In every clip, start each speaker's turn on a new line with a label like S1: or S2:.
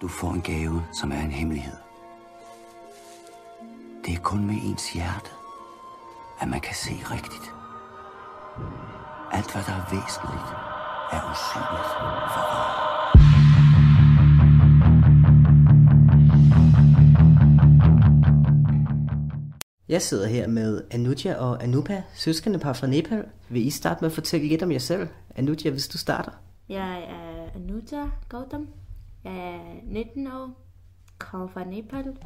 S1: Du får en gave, som er en hemmelighed. Det er kun med ens hjerte, at man kan se rigtigt. Alt, hvad der er væsentligt, er usynligt for øjet.
S2: Jeg sidder her med Anudja og Anupa, søskende par fra Nepal. Vil I starte med at fortælle lidt om jer selv? Anudja, hvis du starter.
S3: Jeg er Anuja Gautam. Jeg er 19 år. Kommer fra Nepal.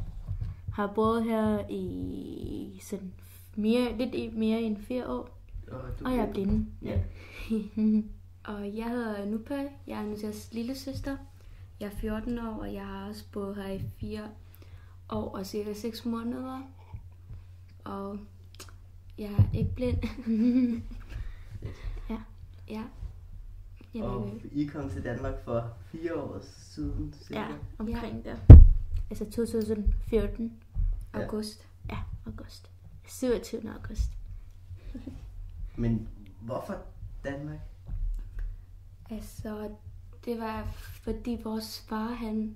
S3: Har boet her i sådan mere, lidt i- mere end 4 år. Og jeg er blind.
S2: Ja.
S4: Og jeg hedder Nupa, jeg er Nutas lille søster. Jeg er 14 år, og jeg har også boet her i 4 år og cirka 6 måneder. Og jeg er ikke blind. ja, ja. Jeg
S2: Og
S3: øh.
S4: ved-
S2: I kom til Danmark for fire år siden. cirka.
S3: Ja, omkring der. Altså 2014,
S2: Ja.
S4: august.
S3: august. 27. august.
S2: Men hvorfor Danmark?
S4: Altså, det var fordi vores far, han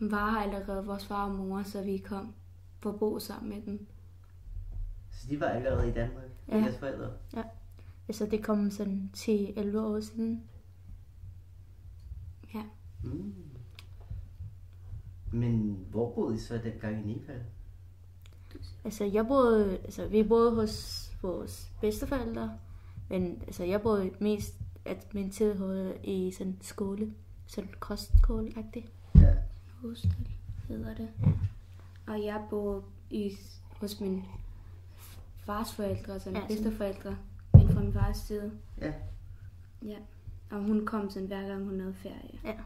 S4: var her allerede, vores far og mor, så vi kom for at bo sammen med dem.
S2: Så de var allerede i Danmark,
S3: Ja.
S2: ja. jeres forældre.
S3: Altså det kom sådan til 11 år siden.
S2: Mm. Men hvor boede I så dengang i Nepal?
S3: Altså jeg boede, altså vi boede hos vores bedsteforældre, men altså jeg boede mest at min tid holde i sådan skole, sådan kostskole-agtig.
S2: Ja.
S4: hostel, hedder det. Og jeg bor i, hos min fars forældre, altså mine
S3: Ja, sådan-
S4: ja, bedsteforældre, men fra min fars side.
S2: Ja.
S4: Ja. Og hun kom sådan hver gang, hun havde ferie.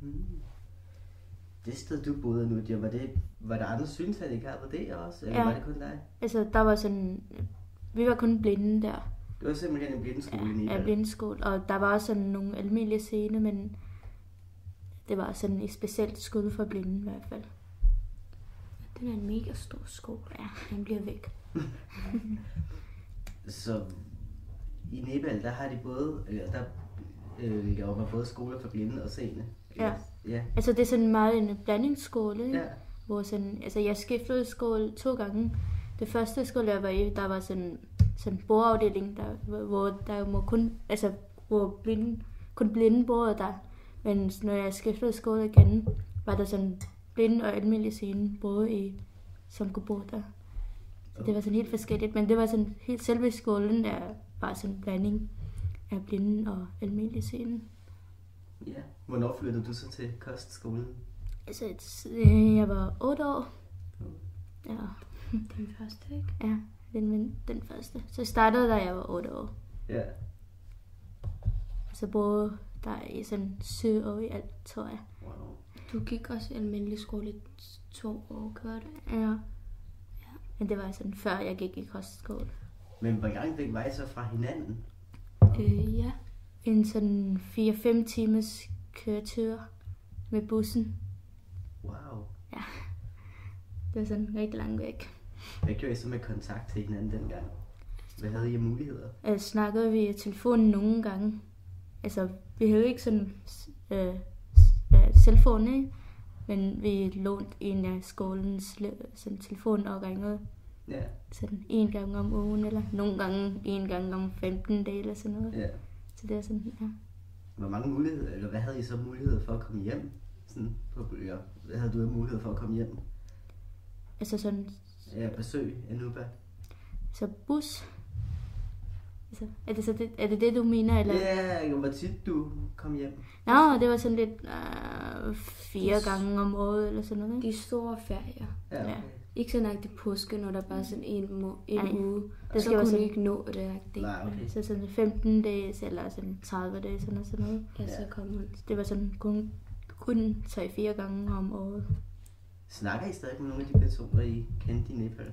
S2: Mm. Det sted, du boede nu, det var, det, var der andre synshandicap på det også? Eller
S3: Ja.
S2: ja. var det kun dig?
S3: Altså der var sådan, vi var kun blinde der,
S2: Det var simpelthen en blindskole i
S3: af
S2: Nepal.
S3: blindeskole, og der var også sådan nogle almindelige scene, men det var sådan et specielt skole for blinde i hvert fald.
S4: Den er en mega stor skole.
S3: Ja, han bliver væk.
S2: Så i Nepal, der har de både, eller der øh, laver man både skoler for blinde og seende. ikke
S3: Ja. Mm.
S2: også? Ja.
S3: Altså det er sådan meget en blandingsskole, ikke?
S2: ja.
S3: hvor sådan, altså jeg skiftede skole to gange. Det første skole, jeg var i, der var sådan sådan bordafdeling, der, hvor- hvor der må kun, altså hvor blinde, kun blinde boede der. Men når jeg skiftede skole igen, var der sådan blinde og almindelige scene både i, som kunne bo der. Så det var sådan helt forskelligt, men det var sådan helt selve skolen, der var sådan en blanding af blinde og almindelige scene.
S2: ja. Hvornår flyttede du så til kostskolen?
S3: Altså, øh, jeg var 8 år. Ja.
S4: Den første, ikke?
S3: Ja, den, men den første. Så startede der, jeg var 8 år.
S2: Ja.
S3: Så boede der i sådan 7 år i alt, tror jeg.
S2: Wow.
S4: Du gik også i almindelig skole i to år, gør det?
S3: Ja. Men det var sådan før, jeg gik i kostskole.
S2: Men hvor langt væk var I så fra hinanden?
S4: Øh, ja.
S3: En sådan 4-5 timers køretur med bussen.
S2: Wow.
S3: Det var sådan rigtig langt væk.
S2: Hvad gjorde I så med kontakt til hinanden dengang? Hvad havde I af muligheder?
S3: Altså, snakkede vi i telefonen nogle gange. Altså, vi havde ikke sådan øh, telefon, ikke? Men vi lånte en af skolens le- sådan, telefon og ringede.
S2: Ja,
S3: sådan en gang om ugen, eller nogle gange en gang om 15 dage, eller sådan noget.
S2: ja.
S3: Så det er sådan, ja.
S2: Hvor mange muligheder, eller hvad havde I så muligheder for at komme hjem? Sådan på bølger. Hvad havde du af muligheder for at komme hjem?
S3: Altså sådan,
S2: Ja, besøg Anuba.
S3: så bus. Altså, er det, så det, er det det, du mener, eller?
S2: Ja, hvor tit du kom hjem.
S3: Nå, det var sådan lidt øh, fire gange om året, eller sådan noget, ikke?
S4: De store ferier.
S2: Ja,
S3: Ja.
S2: okay.
S4: Ikke sådan rigtig påske, når der bare er sådan en, må- en
S3: Ej,
S4: uge.
S3: det skal
S4: Det så
S3: være
S4: kunne
S3: sådan-
S4: sådan... ikke nå det. Ikke?
S2: Nej, okay.
S3: Så sådan 15 dage, eller sådan 30 dage, sådan noget, sådan noget.
S4: Ja, så kom hun.
S3: Så det var sådan kun, kun 3-4 gange om året.
S2: Snakker I stadig med nogle af de personer, I kendte i Nepal?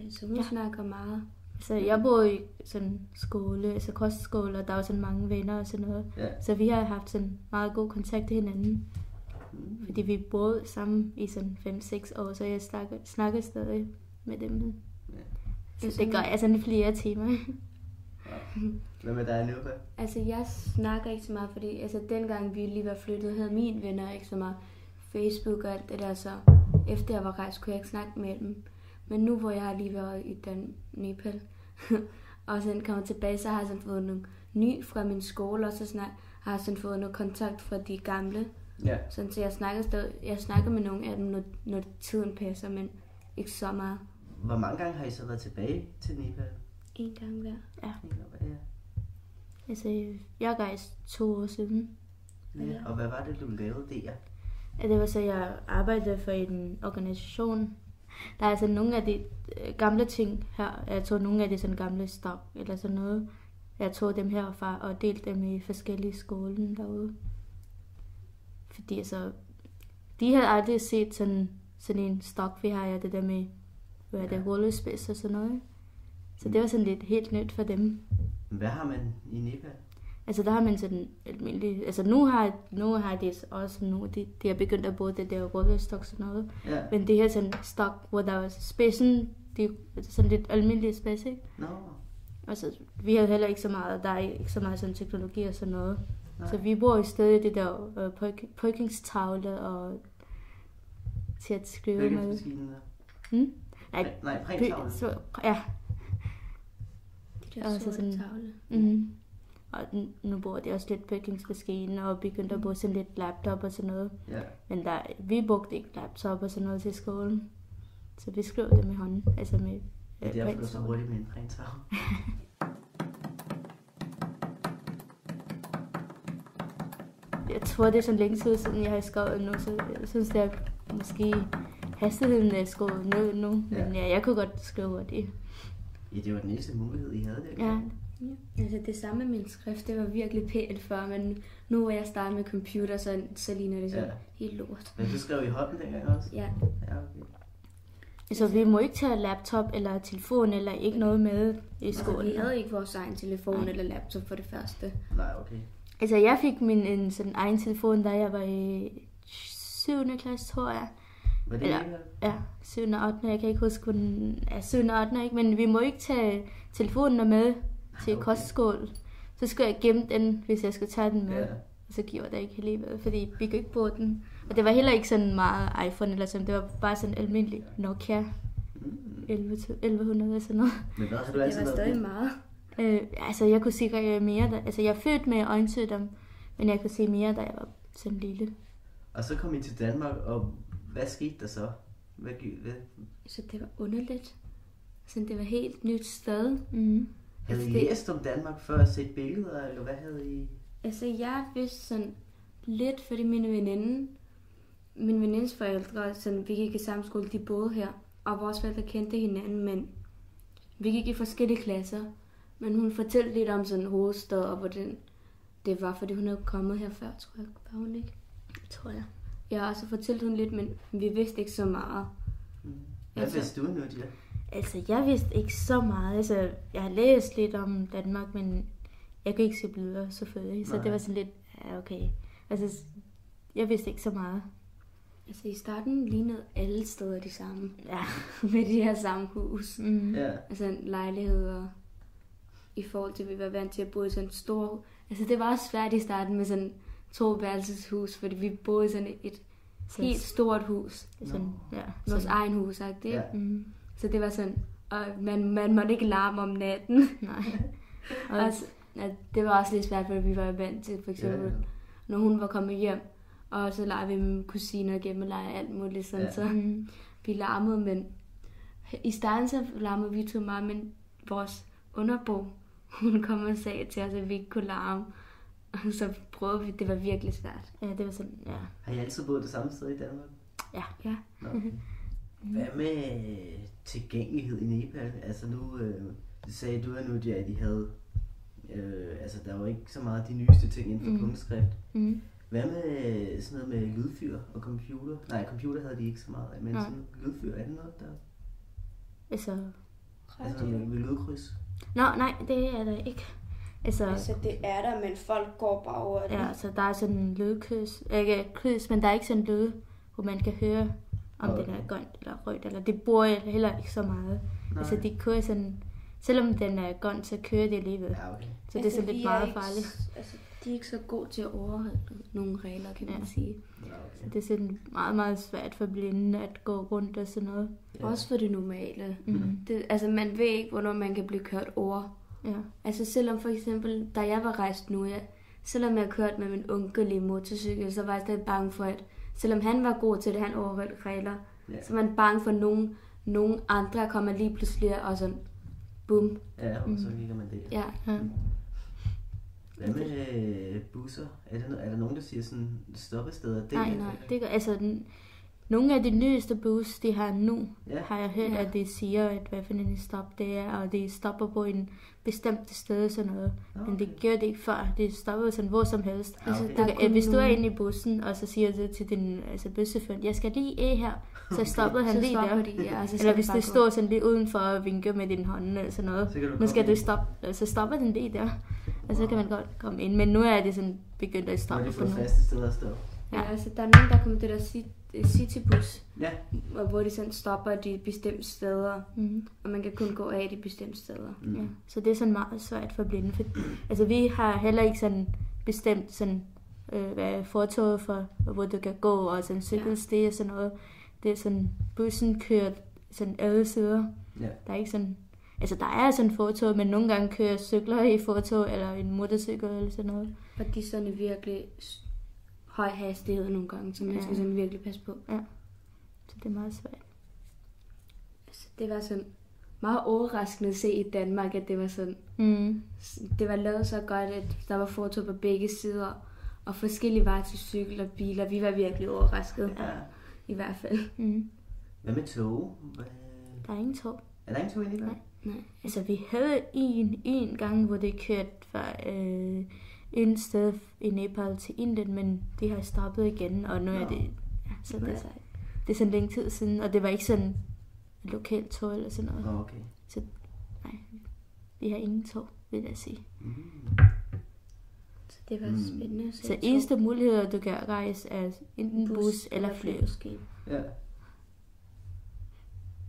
S4: øh, Så hun
S3: Ja.
S4: ja. snakker meget.
S3: Så jeg boede i sådan skole, altså kostskole, og der var sådan mange venner og sådan noget.
S2: Ja.
S3: Så vi har haft sådan meget god kontakt til hinanden.
S2: Mm.
S3: Fordi vi boede sammen i sådan 5-6 år, så jeg snakker, snakker stadig med dem. Så det gør jeg sådan i flere timer.
S2: Hvad med dig, Anuba?
S4: Altså, jeg snakker ikke så meget, fordi altså, dengang vi lige var flyttet, havde mine venner ikke så meget. Facebook og alt det der, så efter jeg var rejst, kunne jeg ikke snakke med dem. Men nu, hvor jeg har lige været i Dan Nepal, og sådan kommer tilbage, så har jeg sådan fået nogle ny fra min skole, og så snak, har jeg sådan fået noget kontakt fra de gamle.
S2: Ja.
S4: Sådan, så jeg snakker, stadig, jeg snakker med nogle af dem, når, når tiden passer, men ikke så meget.
S2: Hvor mange gange har I så været tilbage til Nepal?
S4: En gang hver.
S2: Ja.
S3: Altså, jeg rejste to år siden.
S2: Ja. Og hvad var det, du lavede der?
S3: Ja, det var så, jeg arbejdede for en organisation. Der er altså nogle af de øh, gamle ting her. Jeg tog nogle af de sådan gamle stok eller sådan noget. Jeg tog dem herfra og delte dem i forskellige skolen derude. Fordi altså, de havde aldrig set sådan, sådan en stok, vi har, ja, det der med, hvad er det, rollespids og sådan noget. Så det var sådan lidt helt nyt for dem.
S2: Hvad har man i Nepal?
S3: Altså der har man sådan almindelig... Altså nu har, nu har de også nu, de, de har begyndt at bruge det der rullestok og sådan noget.
S2: Ja.
S3: Men det her sådan stok, hvor der var spidsen, det er altså sådan lidt almindelig spids, ikke?
S2: Nå,
S3: Og så, vi havde heller ikke så meget, der er ikke så meget sådan teknologi og sådan noget.
S2: Nej.
S3: Nej. Så vi bruger i stedet det der øh, pryk- prykningstavle og til at skrive med.
S2: bølgemaskinen.
S3: Hmm? Nej,
S2: Nej,
S3: by,
S2: printavlen.
S3: så, ja,
S4: De der
S3: Og så
S4: sorte
S3: sådan-
S4: tavle. Mm-hmm.
S3: Mm. Og n- nu bruger de også lidt bygningsmaskine og begyndte
S4: Mm.
S3: at bruge sådan lidt laptop og sådan noget.
S2: Ja.
S3: Men der, vi brugte ikke laptop og sådan noget til skolen. Så vi skrev det med hånden, altså med
S2: Det er
S3: øh,
S2: derfor, du er så
S3: pensel.
S2: hurtigt med en printavle.
S3: Jeg tror, det er sådan længe tid siden, jeg har skrevet nu, så jeg synes, det er måske hastigheden er skruet ned nu.
S2: Ja.
S3: Men ja, jeg kunne godt skrive hurtigt.
S2: Ja, det var den eneste mulighed, I havde der.
S3: Ja,
S4: Ja. Altså det samme med min skrift, det var virkelig pænt før, men nu hvor jeg starter med computer, så, så ligner det så
S2: Ja.
S4: ja. helt lort.
S2: Men du skrev i hånden dengang også?
S4: Ja,
S2: Ja, okay.
S3: så vi må ikke tage laptop eller telefon eller ikke noget med i
S4: altså,
S3: skolen.
S4: vi havde ikke vores egen telefon eller laptop for det første.
S2: Nej, okay.
S3: Altså, jeg fik min en, sådan egen telefon, da jeg var i 7. klasse, tror jeg.
S2: Var det
S3: Ja.
S2: ja.
S3: Ja, 7. og 8. Jeg kan ikke huske, hvor den er 7. og 8. Ikke? Men vi må ikke tage telefonen med til
S2: Ah, Okay.
S3: okay. kostskål. Så skulle jeg gemme den, hvis jeg skulle tage den med.
S2: Ja.
S3: Ja. Og så gjorde jeg det ikke alligevel, fordi vi kunne ikke bruge den. Og det var heller ikke sådan meget iPhone eller sådan. Det var bare sådan almindelig Nokia
S2: Mm.
S3: 11, 1100 eller sådan noget.
S2: Men hvad har du
S4: Det
S2: altid
S4: var
S2: været
S4: stadig
S2: blind?
S4: meget.
S3: Øh, altså, jeg kunne sikkert øh, mere... Da, altså, jeg er født med øjensygdom, men jeg kunne se mere, da jeg var sådan lille.
S2: Og så kom I til Danmark, og hvad skete der så? Hvad, gi- hvad?
S4: Så det var underligt. Så det var helt nyt sted.
S3: Mm.
S2: Havde I
S4: Det-
S2: læst om Danmark før og set billeder, eller hvad havde I?
S4: Altså, jeg vidste sådan lidt, fordi min veninde, min venindes forældre, sådan, vi gik i samme skole, de boede her, og vores forældre kendte hinanden, men vi gik i forskellige klasser. Men hun fortalte lidt om sådan hovedstad, og hvordan det var, fordi hun havde kommet her før, tror jeg, var hun ikke?
S3: Tror jeg.
S4: Ja, og så fortalte hun lidt, men vi vidste ikke så meget.
S2: Hmm. Hvad
S4: Altså-
S2: vidste du nu, Dia?
S3: Altså, jeg vidste ikke så meget. Altså, jeg har læst lidt om Danmark, men jeg kunne ikke se billeder, selvfølgelig. Så
S2: Nej.
S3: Nej. det var sådan lidt, ja, okay. Altså, s- jeg vidste ikke så meget.
S4: Altså, i starten lignede alle steder de samme,
S3: Ja.
S4: med de her samme hus.
S3: Mm.
S2: Ja.
S4: altså en lejlighed og i forhold til, at vi var vant til at bo i sådan en stor... Altså det var også svært i starten med sådan to værelseshus, fordi vi boede i sådan et
S3: Så,
S4: helt stort hus.
S3: Sådan, ja.
S4: Vores
S3: Sådan.
S4: egen hus, sagt det.
S2: Ja.
S4: Ja.
S3: Mm.
S4: Så det var sådan, og man, man måtte ikke larme om natten.
S3: Nej. Og,
S4: Og så- ja, det var også lidt svært, fordi vi var vant til, for
S2: Ja,
S4: eksempel,
S2: ja.
S4: når hun var kommet hjem, og så legede vi med mine kusiner gennem og legede alt muligt sådan,
S2: Ja.
S4: ja. så
S3: mm.
S4: vi larmede, men i starten så larmede vi to meget, men vores underbo, hun kom og sagde til os, at vi ikke kunne larme. Og så prøvede vi, det var virkelig svært.
S3: ja, det var sådan, ja.
S2: Har I altid boet det samme sted i Danmark?
S3: Ja.
S4: Ja.
S2: Nå.
S3: Mhm.
S2: Hvad med øh, tilgængelighed i Nepal? Altså nu øh, sagde du, nu, at de havde... Øh, altså der var ikke så meget de nyeste ting inden for
S3: Mhm.
S2: mm. punktskrift.
S3: Mm.
S2: Hvad med øh, sådan noget med lydfyr og computer? Nej, computer havde de ikke så meget af, men
S3: Nej.
S2: sådan lydfyr, er det noget der?
S3: Altså,
S2: Altså med, med lydkryds?
S3: nå, nej, det er der ikke. Altså,
S4: det er der, men folk går bare over
S3: ja, så der er sådan en lydkys, ikke kys, men der er ikke sådan en lyd, hvor man kan høre, om
S2: Okay.
S3: okay. den er grønt eller rødt, eller det bruger jeg heller ikke så meget.
S2: Nej.
S3: Altså, de kører sådan... Selvom den er grøn, så kører de alligevel.
S2: Ja, okay.
S4: Altså,
S3: Så det Altså, er sådan lidt meget farligt.
S5: Altså,
S4: de er ikke så gode til at overholde nogle regler, kan man
S3: Ja.
S4: sige.
S2: Ja, okay.
S3: Det er sådan meget, meget svært for blinde at gå rundt og sådan noget.
S2: Ja.
S4: Ja. Også for det normale.
S3: Mm.
S4: Det, altså, man ved ikke, hvornår man kan blive kørt over.
S3: Ja.
S4: Altså selvom for eksempel, da jeg var rejst nu, jeg, selvom jeg kørte med min onkel i motorcykel, så var jeg stadig bange for, at selvom han var god til det, han overholdt regler,
S2: Ja.
S4: ja. så var man bange for, at nogen, nogen andre kommer lige pludselig og sådan, bum,
S2: Ja, og så kigger man det.
S4: ja.
S3: Mm. ja.
S2: Hvad med øh, busser? Er der, no- er der nogen, der siger sådan stoppesteder? Det
S3: Nej,
S2: er-
S3: nej. Det gør, altså, den, nogle af de nyeste bus, de har nu,
S2: Ja.
S3: har jeg hørt,
S4: Ja.
S3: at de siger, at hvad for en stop det er, og de stopper på en bestemt sted og sådan noget.
S2: Nå,
S3: Men
S2: okay.
S3: det gjorde det ikke før. Det stoppede sådan hvor som helst.
S2: Ja,
S4: Altså,
S2: okay.
S4: der
S3: Du
S4: er kun
S3: kan, hvis du er
S4: nogen-
S3: inde i bussen, og så siger du til din altså, bøsseføn, jeg skal lige af her, så stoppede han
S4: så
S3: lige
S4: stopper
S3: der.
S4: de, ja, og så
S3: Eller
S4: skal
S3: hvis
S4: de bare
S3: det
S4: gå.
S3: står sådan lige udenfor og vinker med din hånd eller sådan noget,
S2: Så kan du
S3: nu
S2: komme
S3: skal du
S2: ind.
S3: stoppe, øh, så stopper den lige der. Og så altså, kan man godt komme ind. Men nu er det sådan begyndt
S2: Nu
S3: at
S2: har
S3: stoppe
S2: de
S3: for
S2: fået
S3: nogen.
S2: faste steder at stoppe.
S4: Ja, altså der er nogen, der kommer til øh, det der ci- citybus,
S2: Ja,
S4: hvor- hvor de sådan stopper de bestemte steder,
S3: Mhm.
S4: og man kan kun gå af de bestemte steder.
S2: Mm.
S3: Ja. Så det er sådan meget svært for blinde. For, altså vi har heller ikke sådan bestemt sådan, øh, hvad fortoget for, og hvor du kan gå, og sådan cykelsti og sådan noget. Det er sådan, bussen kører sådan alle sider.
S2: ja.
S3: Der er ikke sådan... Altså, der er sådan fortog, men nogle gange kører cykler i fortog, eller en motorcykel eller sådan noget.
S4: Og de er sådan virkelig s- høj hastighed nogle gange, så man
S3: Ja.
S4: skal sådan virkelig passe på.
S3: Så det er meget svært.
S4: Altså, det var sådan meget overraskende at se i Danmark, at det var sådan,
S3: Mm.
S4: det var lavet så godt, at der var fortog på begge sider, og forskellige veje til cykel og biler. Vi var virkelig overrasket,
S2: ja.
S4: i hvert fald.
S3: Mm.
S2: Hvad med tog? Hvad...
S3: Der er ingen tog.
S2: Er der ingen tog inde i byen?
S3: Nej. Altså, vi havde en, en gang, hvor det kørte fra øh, en sted i Nepal til Indien, men de har stoppet igen, og nu er det... Ja, så det,
S4: Nej.
S3: er sejt. det er sådan længe tid siden, og det var ikke sådan et lokalt tog eller sådan noget.
S2: Nå, okay.
S3: Vi har ingen tog, vil jeg sige.
S2: Mm.
S4: Så det var
S2: Mm.
S4: spændende.
S3: Så eneste mulighed, du kan rejse, er enten bus, bus eller fly.
S4: måske.
S2: Ja.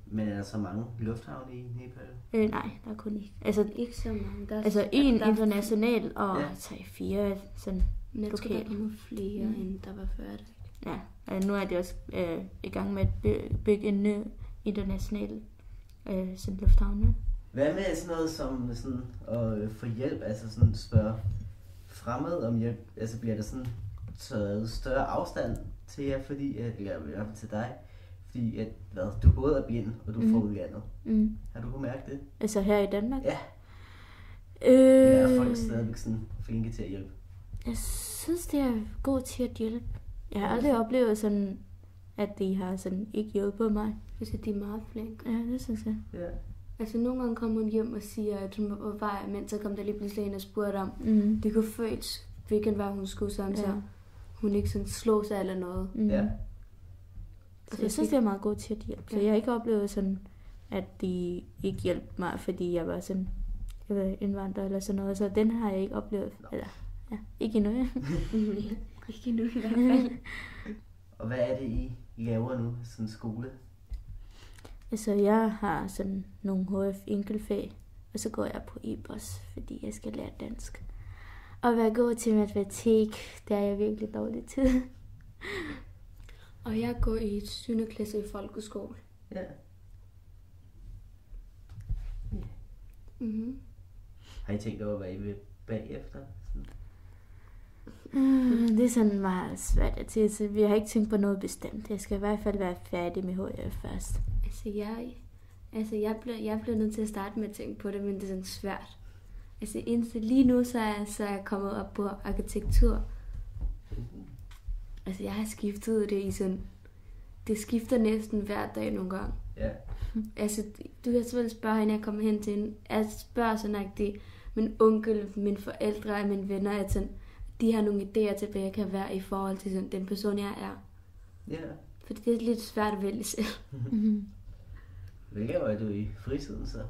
S2: Men er der så mange lufthavne i Nepal?
S3: Øh, nej, der er kun ikke. Altså,
S4: Ikke så mange. Der er,
S3: Altså en international og
S2: Ja.
S3: tre fire sådan.
S4: Men jeg tror,
S3: lokal.
S4: der kommer flere, mm. end der var før. det.
S3: Ja, og nu er de også øh, i gang med at by- bygge en ny international øh, sådan lufthavne.
S2: Hvad med sådan noget som sådan, at øh, få hjælp, altså sådan spørge fremmed om hjælp? Altså bliver der sådan taget større afstand til jer, fordi, at- eller i hvert fald til dig, fordi at, hvad, du både er blind, og du er
S3: Mhm.
S2: mm. foruddannet.
S3: Mm.
S2: Har du kunne mærke det?
S3: Altså her i Danmark.
S2: Ja.
S3: Øh,
S2: Eller er folk stadigvæk sådan flinke til at hjælpe?
S3: jeg synes, det er god til at hjælpe. Jeg har aldrig oplevet sådan, at de har sådan ikke hjulpet mig.
S4: Altså, de er meget flinke.
S3: Ja, det synes jeg.
S2: Ja.
S4: Altså, nogle gange kommer hun hjem og siger, at hun var på vej, men så kom der lige pludselig en og spurgte om,
S3: Mm.
S4: det kunne føles, hvilken vej hun skulle, sådan ja. så hun ikke sådan slog sig eller noget.
S3: Mm.
S2: Ja.
S3: Så jeg synes, det er meget godt til at hjælpe. Så
S4: Ja.
S3: jeg har ikke oplevet sådan, at de ikke hjalp mig, fordi jeg var sådan jeg var indvandrer eller sådan noget. Så den har jeg ikke oplevet. Eller, ja, ikke endnu. ja.
S4: Ikke endnu Mm-hmm. i hvert fald.
S2: Og hvad er det, I laver nu, sådan skole?
S3: altså, jeg har sådan nogle HF enkelfag, og så går jeg på EBOS, fordi jeg skal lære dansk. Og være god til matematik, det er jeg virkelig dårlig til.
S4: og jeg går i 7. klasse i folkeskole.
S2: Ja.
S4: Mm-hmm.
S2: Har I tænkt over, hvad I vil bagefter? Sådan.
S3: Mm, det er sådan meget svært at sige, så vi har ikke tænkt på noget bestemt. Jeg skal i hvert fald være færdig med HF først.
S4: Altså, jeg, altså jeg, blev, jeg blev nødt til at starte med at tænke på det, men det er sådan svært. Altså indtil lige nu, så er, så er jeg kommet op på arkitektur. Altså, jeg har skiftet det i sådan... Det skifter næsten hver dag nogle gange.
S2: Ja.
S4: Altså, du kan selvfølgelig spørge hende, jeg kommer hen til hende. Jeg spørger sådan rigtig min onkel, mine forældre og mine venner, at sådan, de har nogle idéer til, hvad jeg kan være i forhold til sådan, den person, jeg er.
S2: Ja.
S4: For det er lidt svært at vælge selv. Mm-hmm.
S3: Mm.
S2: Hvad laver du i fritiden så?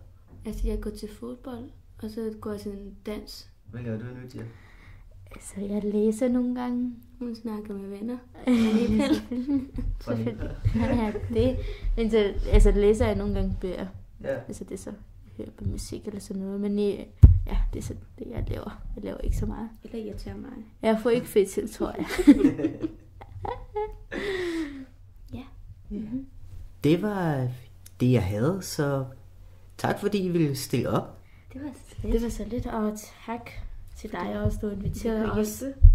S4: Altså, jeg går til fodbold, og så går jeg til en dans.
S2: Hvad laver du nu til?
S3: Altså, jeg læser nogle gange.
S4: Hun snakker med venner.
S2: Fra
S3: Selvfølgelig.
S2: Nepal?
S3: ja, det. Men så altså, læser jeg nogle gange bøger.
S2: Ja.
S3: Altså, det er så høre på musik eller sådan noget. Men øh, ja, det er sådan det, jeg laver. Jeg laver ikke så meget.
S4: Eller irriterer mig.
S3: Jeg får ikke fedt til, tror jeg. ja. Mm-hmm.
S2: Det var det, jeg havde, så tak fordi I ville stille op.
S4: Det var så
S3: Det var så lidt, og tak til dig også, du inviterede os.
S4: hjælpe.